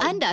Anda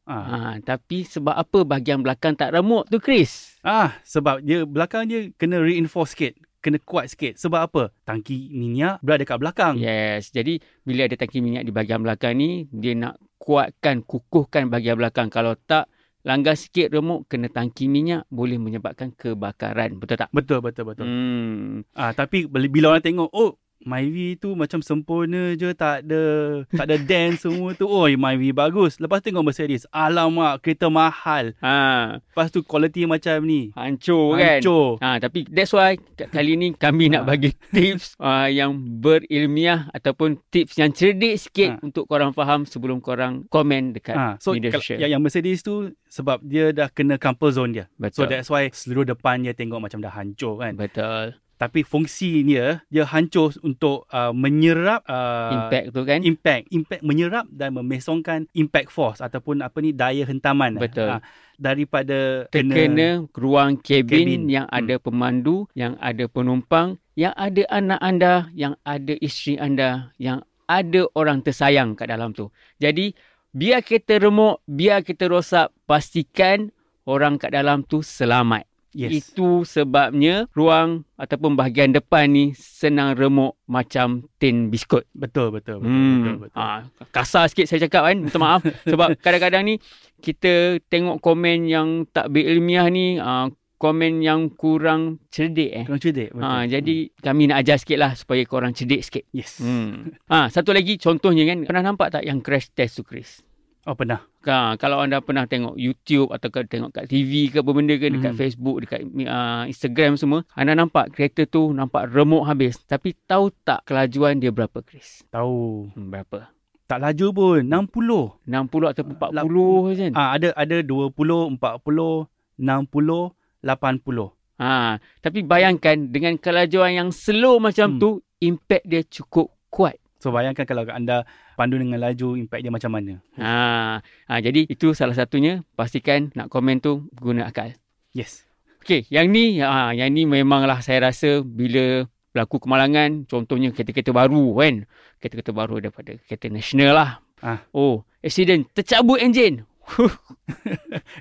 ha, Ah. tapi sebab apa bahagian belakang tak remuk tu Chris ah, sebab dia belakang dia kena reinforce sikit, kena kuat sikit. Sebab apa? Tangki minyak berada kat belakang. Yes, jadi bila ada tangki minyak di bahagian belakang ni, dia nak kuatkan, kukuhkan bahagian belakang. Kalau tak, langgar sikit remuk kena tangki minyak boleh menyebabkan kebakaran. Betul tak? Betul betul betul. Hmm. Ah, tapi bila- bila orang tengok, oh My V tu macam sempurna je Tak ada Tak ada dance semua tu Oh My V bagus Lepas tu tengok Mercedes Alamak kereta mahal Ha, Lepas tu quality macam ni hancur kan? Hancur Ha, tapi that's why k- kali ni kami nak Ha. bagi tips uh, yang berilmiah ataupun tips yang cerdik sikit Ha. untuk korang faham sebelum korang komen dekat ha, So media kal- sosial. yang, yang Mercedes tu Sebab dia dah kena crumple zone dia So Betul. that's why Seluruh depan dia tengok macam dah hancur kan Betul. Tapi fungsi dia Dia hancur untuk uh, Menyerap uh, Impact tu kan? impact impact menyerap dan memesongkan impact force ataupun apa ni daya hentaman Betul. Ah, daripada kena Hmm. terkena ruang kabin, Kabin. yang ada pemandu, yang ada penumpang, yang ada anak anda, yang ada isteri anda, yang ada orang tersayang kat dalam tu. Jadi biar kita remuk, biar kita rosak, pastikan orang kat dalam tu selamat. yes Itu sebabnya ruang ataupun bahagian depan ni senang remuk macam tin biskut. betul betul betul betul, Hmm. betul. Ha, kasar sikit saya cakap kan. Minta maaf. Sebab kadang-kadang ni kita tengok komen yang tak berilmiah ni, uh, komen yang kurang cerdik eh. Korang cerdik betul Ha, jadi kami nak ajar sikit lah supaya korang cerdik sikit. Hmm. yes Hmm. Ha, satu lagi contohnya kan, pernah nampak tak yang crash test tu Chris? oh pernah Ha, kalau anda pernah tengok YouTube atau ke- tengok kat TV ke apa benda ke dekat Mhm. Facebook, dekat uh, Instagram semua, anda nampak kereta tu nampak remuk habis. Tapi tahu tak kelajuan dia berapa Chris? tahu Hmm, berapa? tak laju pun 60 60 ataupun 40 Lap- macam. ah ada ada 20 40 60 80 Ha, tapi bayangkan dengan kelajuan yang slow macam Hmm. tu, impact dia cukup kuat. So bayangkan kalau anda pandu dengan laju impact dia macam mana. Ha, Hmm. ha, jadi itu salah satunya pastikan nak komen tu guna akal. Yes. Okey, yang ni ha, yang ni memanglah saya rasa bila berlaku kemalangan, contohnya kereta-kereta baru kan. Kereta-kereta baru daripada kereta nasional lah. Ah. Oh, accident, tercabut enjin.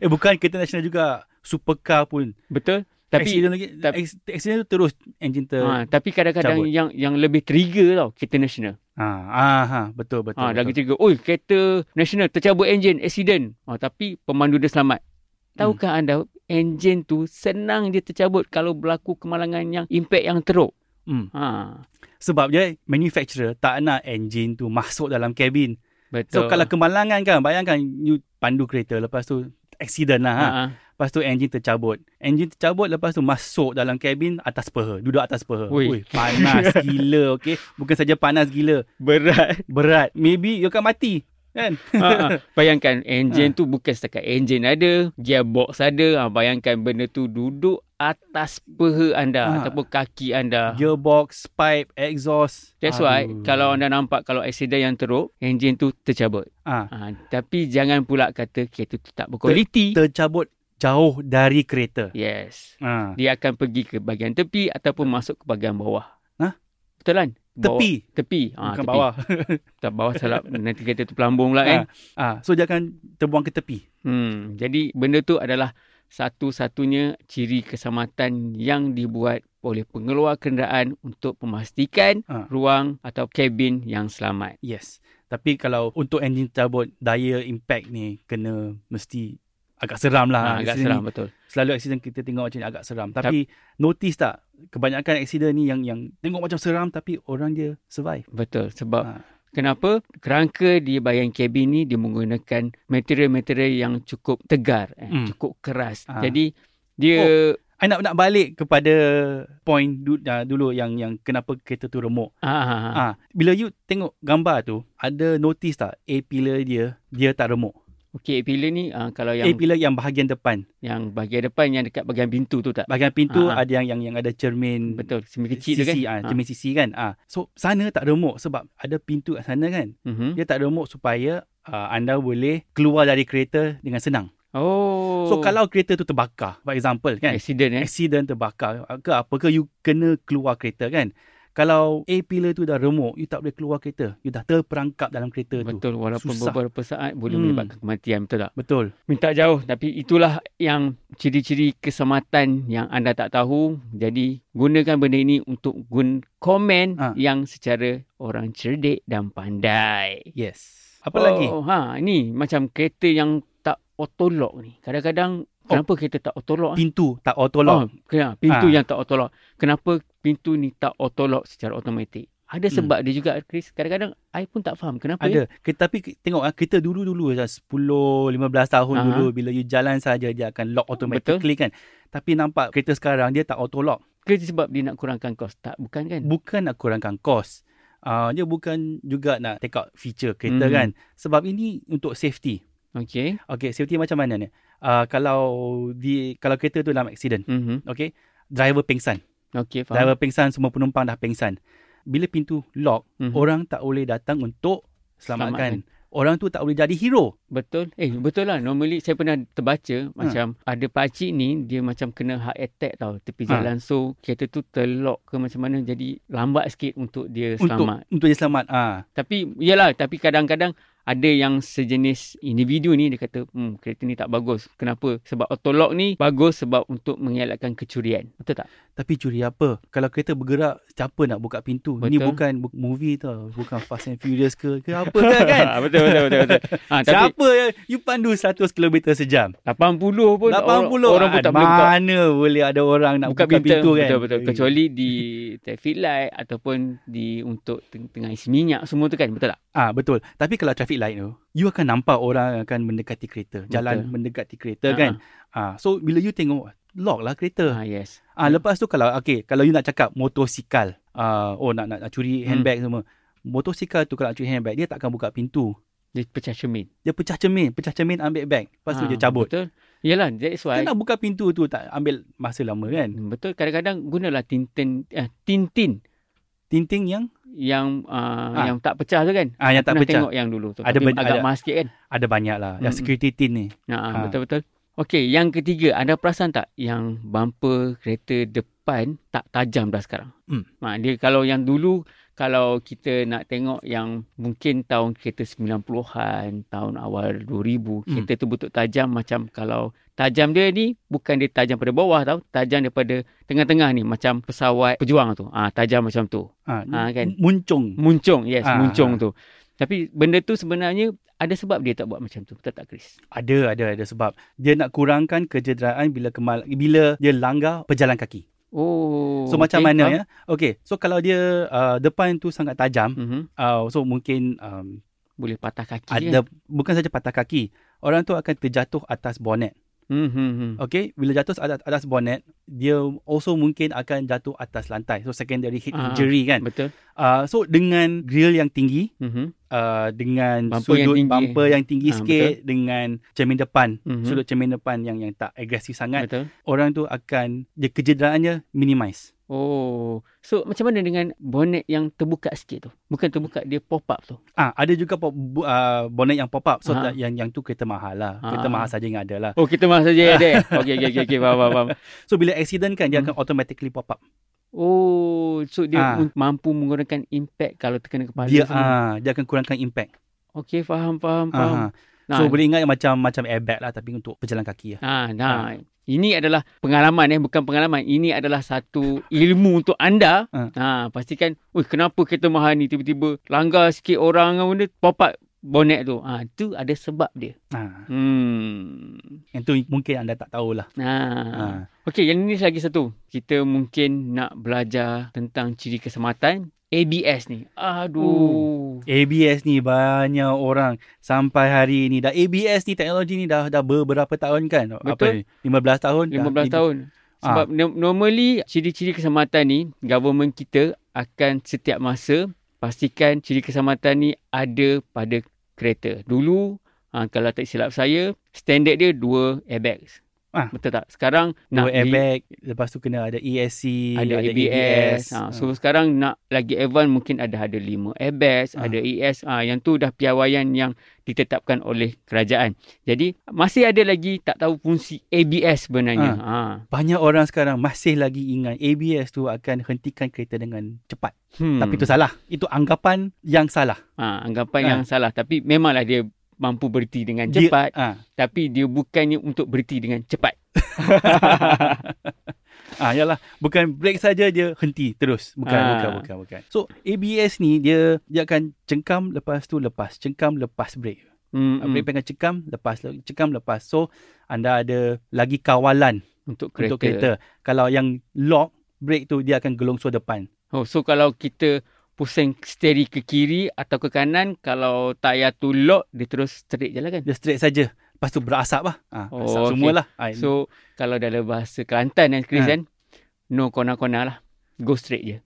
Eh bukan kereta nasional juga supercar pun. Betul? Tapi accident lagi tapi- ac- accident tu terus engine ter ha, tapi kadang-kadang Cabut. yang yang lebih trigger tau kereta nasional. Ah, ah, ha, betul betul. Ah, lagi tiga. betul. Oi, kereta nasional tercabut enjin, accident. Ah, tapi pemandu dia selamat. Hmm. Tahukah anda enjin tu senang dia tercabut kalau berlaku kemalangan yang impact yang teruk. Hmm. Ha, Sebab dia manufacturer tak nak engine tu masuk dalam kabin. betul. So kalau kemalangan kan, bayangkan you pandu kereta lepas tu accident lah. Ha. ha. Lepas tu engine tercabut. Engine tercabut lepas tu masuk dalam kabin atas peha. Duduk atas peha. Ui. Ui, panas gila okay. Bukan saja panas gila. berat. Berat. Maybe you akan mati. Kan? ha, ha. Bayangkan enjin tu bukan setakat enjin ada, gearbox ada. Ha, bayangkan benda tu duduk atas peha anda Ah. ataupun kaki anda. Gearbox, pipe, exhaust. Ah. That's why Aduh. kalau anda nampak kalau accident yang teruk, enjin tu tercabut. Ah. Ha, tapi jangan pula kata kereta tu tak berkualiti. tercabut jauh dari kereta. Yes. Ha. Dia akan pergi ke bahagian tepi ataupun masuk ke bahagian bawah. Hah? Betul kan? Bawah- Hmm. Tepi. Tepi. Ha, Bukan tepi. bawah. Tak bawah salah. Nanti kereta tu pelambung pula kan. Ah, so dia akan terbuang ke tepi. Hmm, jadi benda tu adalah satu-satunya ciri keselamatan yang dibuat oleh pengeluar kenderaan untuk memastikan Ah. ruang atau kabin yang selamat. Yes. Tapi kalau untuk engine tercabut, daya impact ni kena mesti agak seram lah. Ha, agak Accident seram ni, betul. Selalu accident kita tengok macam ni agak seram. Tapi notice tak kebanyakan accident ni yang yang tengok macam seram tapi orang dia survive. Betul sebab Ha. kenapa kerangka di bahagian kabin ni dia menggunakan material-material yang cukup tegar, eh, Hmm. Oh. cukup keras. Ah. Jadi dia I nak nak balik kepada point du, uh, dulu yang yang kenapa kereta tu remuk. ah, ah, ah. Ah, bila you tengok gambar tu, ada notice tak A pillar dia dia tak remuk. okey pillar ni ah, kalau Yang, A yang pillar yang bahagian depan. yang bahagian depan yang dekat bahagian pintu tu tak Bahagian pintu Ah, ah. ada yang yang yang ada cermin betul semi kecil CC, tu kan. Ah, Ah. cermin CC kan. Ah. So sana tak remuk sebab ada pintu kat sana kan. Mhm. Dia tak remuk supaya uh, anda boleh keluar dari kereta dengan senang. Oh. So kalau kereta tu terbakar, for example kan. accident eh. Accident terbakar ke apa ke you kena keluar kereta kan. Kalau A pillar tu dah remuk, you tak boleh keluar kereta. You dah terperangkap dalam kereta tu. Betul walaupun Susah. beberapa saat boleh Hmm. menyebabkan kematian betul tak? Betul. Minta jauh tapi itulah yang ciri-ciri keselamatan yang anda tak tahu. Jadi gunakan benda ini untuk gun komen Ah. yang secara orang cerdik dan pandai. Yes. Apa oh. lagi? Oh, ha ni macam kereta yang tak autolock ni. Kadang-kadang Oh. kenapa kereta tak autolock? ah? Pintu tak auto lock. Oh, kena, pintu Ah. yang tak autolock. Kenapa pintu ni tak autolock secara automatik? Ada Hmm. sebab dia juga Chris. Kadang-kadang I pun tak faham kenapa. ya? Ada. Ke, tapi ke- tengok ah kita dulu-dulu macam 10 15 tahun Aha. uh-huh. dulu bila you jalan saja dia akan lock automatically kan. Tapi nampak kereta sekarang dia tak auto lock. Ke sebab dia nak kurangkan kos? Tak, bukan kan? Bukan nak kurangkan kos. Uh, dia bukan juga nak take out feature kereta Mhm. kan. Sebab ini untuk safety. Okey. Okay, safety macam mana ni? Uh, kalau di kalau kereta tu dalam accident, Mhm. okay, driver pengsan. Okey, faham. Driver pengsan, semua penumpang dah pengsan. Bila pintu lock, Mhm. orang tak boleh datang untuk selamatkan. Orang tu tak boleh jadi hero. Betul. Eh, betul lah. Normally saya pernah Hmm. terbaca macam ada pakcik ni dia macam kena heart attack tau tepi Ha. jalan. So kereta tu terlock ke macam mana jadi lambat sikit untuk dia untuk selamat. untuk dia selamat ah Tapi yalah, tapi kadang-kadang ada yang sejenis individu ni dia kata, "Hmm, kereta ni tak bagus." Kenapa? Sebab autolock ni bagus sebab untuk mengelakkan kecurian. Betul tak? tapi curi apa kalau kereta bergerak siapa nak buka pintu Betul. ini Betul. bukan bu- movie tau bukan Fast and Furious ke ke apa ke kan betul betul betul betul. Ha, tapi siapa yang you pandu 100 km sejam 80 pun 80 orang, orang pun ah, tak boleh buka mana boleh ada orang nak buka, pintu, pintu kan Betul betul. Eh, Kecuali di traffic light ataupun di untuk teng- tengah isi minyak semua tu kan betul tak? ah betul tapi kalau traffic light tu you akan nampak orang akan mendekati kereta jalan Betul. mendekati kereta kan ah so bila you tengok lock Ha, lah kereta ha yes. ah lepas tu kalau okey kalau you nak cakap motosikal ah oh nak nak, nak curi Hmm. handbag semua motosikal tu kalau nak curi handbag dia tak akan buka pintu Dia pecah cermin. Dia pecah cermin Pecah cermin ambil beg Lepas Ah, tu dia cabut Betul. Yalah that's why. Kan nak buka pintu tu Tak ambil masa lama kan Betul kadang-kadang gunalah tintin eh, tintin Tinting yang yang uh, Ah. yang tak pecah tu kan. ah, Yang tak Pernah pecah tengok yang dulu tu. Ada Tapi ben- agak ada- mahal sikit kan. Ada banyak lah Yang Mm-mm. security tin ni Ha, ha. Ah. betul betul. Okey, yang ketiga, anda perasan tak yang bumper kereta depan tak tajam dah sekarang? Hmm. Ha, dia kalau yang dulu kalau kita nak tengok yang mungkin tahun kereta 90-an, tahun awal 2000, Hmm. kereta tu bentuk tajam macam kalau tajam dia ni bukan dia tajam pada bawah tau, tajam daripada tengah-tengah ni macam pesawat pejuang tu. Ah ha, tajam macam tu. Ha, Ah, kan? Muncung. Muncung, yes, Ah, muncung ah. tu. Tapi benda tu sebenarnya ada sebab dia tak buat macam tu. Betul tak Chris? Ada, ada, ada sebab. Dia nak kurangkan kecederaan bila kemal bila dia langgar pejalan kaki. Oh. So macam mana ya? Okey, so kalau dia uh, depan tu sangat tajam, Mm-hmm. uh, so mungkin um, Boleh patah kaki kan? ada bukan saja patah kaki, orang tu akan terjatuh atas bonnet. Mm-hmm. Okey, bila jatuh atas, atas bonnet, dia also mungkin akan jatuh atas lantai. So secondary head Ah, injury kan. Betul. Uh, so dengan grill yang tinggi, Mm-hmm. uh, dengan Bumper yang sudut tinggi. bumper yang tinggi Ah, sikit, dengan cermin depan, Mhm. sudut cermin depan yang yang tak agresif sangat, Betul. orang tu akan dia kecederaannya minimize. Oh, so macam mana dengan bonnet yang terbuka sikit tu? Bukan terbuka, dia pop up tu. Ah, ada juga pop, bu, uh, bonnet yang pop up. So Ah. tak- yang yang tu kereta mahal lah. Ah. Kereta mahal saja yang ada lah. Oh, kita mah saja ada. Okey, okey, okey, okay, faham, faham, faham. So bila accident kan dia Hmm. akan automatically pop up. Oh, so Ah. dia mun- mampu mengurangkan impact kalau terkena kepala Dia semua. ah dia akan kurangkan impact. Okey, faham, faham, faham. Ah. Nah, So boleh ingat macam macam airbag lah tapi untuk pejalan kaki lah. Ah, nah. Ini adalah pengalaman eh, bukan pengalaman. Ini adalah satu ilmu untuk anda. Ah. Ha, pastikan, "Oi, kenapa kereta mahal ni tiba-tiba langgar sikit orang dengan benda pop up bonnet tu?" Ah, tu ada sebab dia. Ah, Hmm. yang tu mungkin anda tak tahulah. Ah. Ah. Okey, yang ni lagi satu. Kita mungkin nak belajar tentang ciri keselamatan ABS ni. Aduh. ABS ni banyak orang sampai hari ni dah ABS ni teknologi ni dah dah beberapa tahun kan? Betul. ni? 15 tahun. 15 tahun. Sebab Ah. no- normally ciri-ciri keselamatan ni government kita akan setiap masa pastikan ciri keselamatan ni ada pada kereta. Dulu ha, kalau tak silap saya standard dia dua airbags. Ah. Betul tak? Sekarang Dua nak di- airbag, lepas tu kena ada ESC, ada ABS. Ha, Ah. so sekarang nak lagi advance mungkin ada ada 5 ABS, Ah. ada ES. Ha, yang tu dah piawaian yang ditetapkan oleh kerajaan. Jadi masih ada lagi tak tahu fungsi ABS sebenarnya. Ah. Ha. Banyak orang sekarang masih lagi ingat ABS tu akan hentikan kereta dengan cepat. Hmm. Hmm. Tapi itu salah. Itu anggapan yang salah. ha, anggapan Ah. yang salah tapi memanglah dia mampu berhenti dengan Dia- cepat Ah, tapi dia bukannya untuk berhenti dengan cepat. ah yalah, bukan break saja dia henti terus. Bukan, Ah. bukan, bukan, bukan. So ABS ni dia dia akan cengkam lepas tu lepas, cengkam lepas break. Hmm, Mm. hmm. Break pegang cengkam lepas, le- cengkam lepas. So anda ada lagi kawalan untuk kereta. kereta. hmm. untuk kereta. Kalau yang lock break tu dia akan gelongsor depan. Oh, so kalau kita pusing steady ke kiri atau ke kanan kalau tayar tu lock dia terus straight je lah kan. Dia straight saja. Lepas tu berasap lah. Ah, Oh, asap okey. semualah. Ah, So kalau dalam bahasa Kelantan dan Chris Ha. kan no kona-kona lah. Go straight je.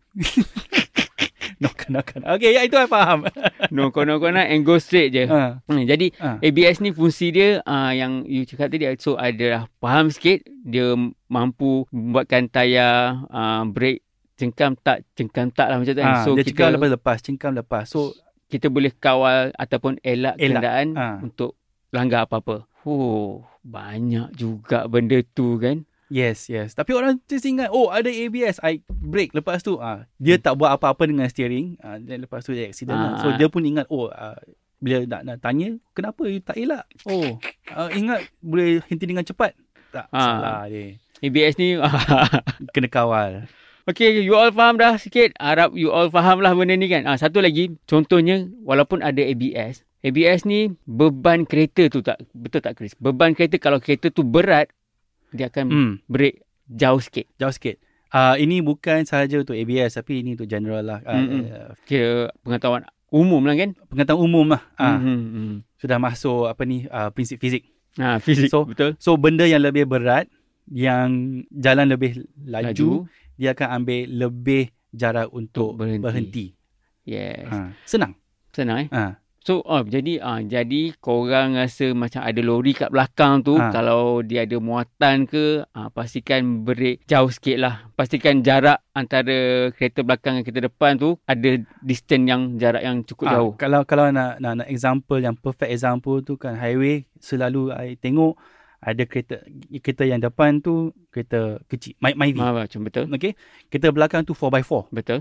no, kena, kena. Okay, ya, itu I faham. No kona-kona and go straight je. Ah. Hmm, jadi Ha. ABS ni fungsi dia uh, yang you cakap tadi so adalah faham sikit dia mampu buatkan tayar uh, brake cengkam tak cengkam tak lah macam tu kan. Ah, so dia kita cengkam lepas lepas, cengkam lepas. So kita boleh kawal ataupun elak, Elak. kenderaan Ah. untuk langgar apa-apa. Oh, banyak juga benda tu kan. yes, yes. Tapi orang just ingat, oh ada ABS, I break lepas tu ah dia tak buat apa-apa dengan steering, ah dan lepas tu dia accident lah. So Ah. dia pun ingat, oh ah, bila nak, nak tanya, kenapa you tak elak? Oh, ah, ingat boleh henti dengan cepat. Tak, Ah. salah dia. ABS ni Kena kawal. Okay, you all faham dah sikit. Harap you all faham lah benda ni kan. Ah, satu lagi, contohnya walaupun ada ABS. ABS ni beban kereta tu tak, betul tak Chris? Beban kereta kalau kereta tu berat, dia akan hmm. Hmm, break jauh sikit. jauh sikit. Ah ini bukan sahaja untuk ABS tapi ini untuk general lah. Ah, Mm-mm. eh, Kira pengetahuan umum lah kan? pengetahuan umum lah. Ah Hmm, hmm, hmm. sudah masuk apa ni ah, prinsip fizik. Ah, fizik, So, betul. So benda yang lebih berat yang jalan lebih laju, laju. Laju. dia akan ambil lebih jarak untuk Untuk berhenti. berhenti. berhenti. Yes. Ha. Senang. Senang eh. Ha. So oh, jadi ah jadi korang rasa macam ada lori kat belakang tu Ah. kalau dia ada muatan ke ah, pastikan break jauh sikit lah. Pastikan jarak antara kereta belakang dengan kereta depan tu ada distance yang jarak yang cukup Ah, jauh. Kalau kalau nak, nak nak example yang perfect example tu kan highway selalu I tengok ada kereta kereta yang depan tu kereta kecil, my my Faham tak macam betul? Okey. Kereta belakang tu 4x4. Betul.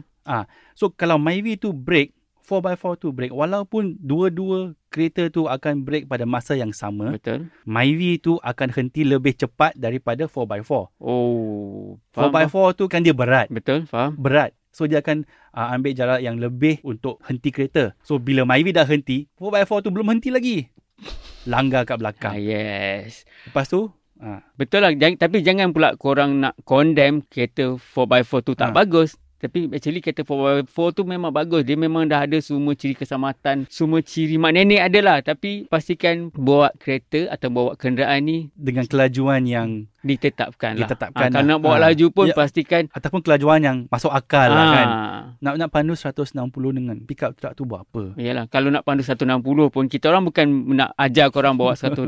So kalau Myvi tu break 4x4 tu break walaupun dua-dua kereta tu akan break pada masa yang sama Betul. Myvi tu akan henti lebih cepat daripada 4x4 Oh. faham, faham. 4x4 tu kan dia berat Betul, faham. berat so dia akan uh, ambil jarak yang lebih untuk henti kereta so bila Myvi dah henti 4x4 tu belum henti lagi langgar kat Ah, belakang yes. lepas tu Betul lah. Jangan, tapi jangan pula korang nak condemn kereta 4x4 tu tak Ah. bagus. Tapi actually kereta 4x4 tu memang bagus. Dia memang dah ada semua ciri keselamatan. Semua ciri mak nenek ada lah. Tapi pastikan bawa kereta atau bawa kenderaan ni dengan kelajuan yang ditetapkan lah. Ditetapkan Ah, kalau lah. nak bawa Ah. laju pun Ya. pastikan. ataupun kelajuan yang masuk akal lah kan ah, nak nak pandu 160 dengan pickup truck tu buat apa Yalah, kalau nak pandu 160 pun kita orang bukan nak ajar korang bawa 160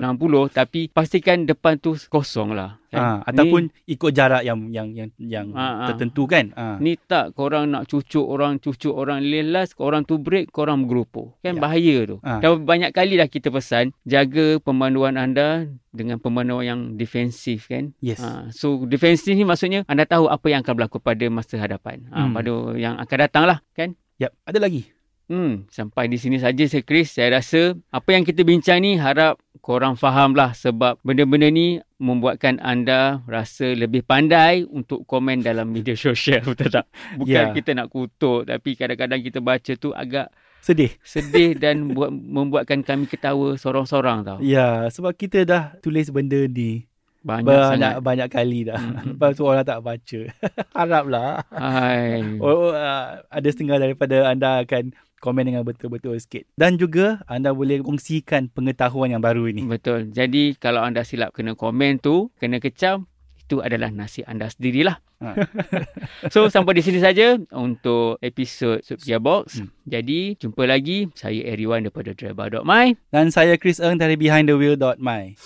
tapi pastikan depan tu kosong lah. Ha, ataupun ni, ikut jarak yang yang yang yang Ah, ah. ha, tertentu kan. Ha. Ni tak korang nak cucuk orang, cucuk orang lelas, orang tu break, korang bergerupu. Kan Ya. bahaya tu. Ah. Dah banyak kali dah kita pesan, jaga pemanduan anda dengan pemanduan yang defensif kan. Yes. Ah, Ha. so defensif ni maksudnya anda tahu apa yang akan berlaku pada masa hadapan. Ah, Hmm. pada yang akan datang lah kan. Yep. Ada lagi. Hmm, sampai di sini saja saya Chris. Saya rasa apa yang kita bincang ni harap korang faham lah sebab benda-benda ni membuatkan anda rasa lebih pandai untuk komen dalam media sosial, betul tak? Bukan Ya. kita nak kutuk tapi kadang-kadang kita baca tu agak Sedih. sedih dan buat, membuatkan kami ketawa sorang-sorang tau. Ya, sebab kita dah tulis benda ni Banyak sangat. Hmm. banyak banyak kali dah. Mm-mm. Lepas tu orang tak baca. Haraplah Hai. oh, oh, uh, ada setengah daripada anda akan komen dengan betul-betul sikit. Dan juga anda boleh kongsikan pengetahuan yang baru ini. Betul. Jadi kalau anda silap kena komen tu, kena kecam, itu adalah nasi anda sendirilah. Ha. so sampai di sini saja untuk episod Sup Gearbox. Hmm. Jadi jumpa lagi saya Eriwan daripada driver.my. Dan saya Chris Eng dari behindthewheel.my.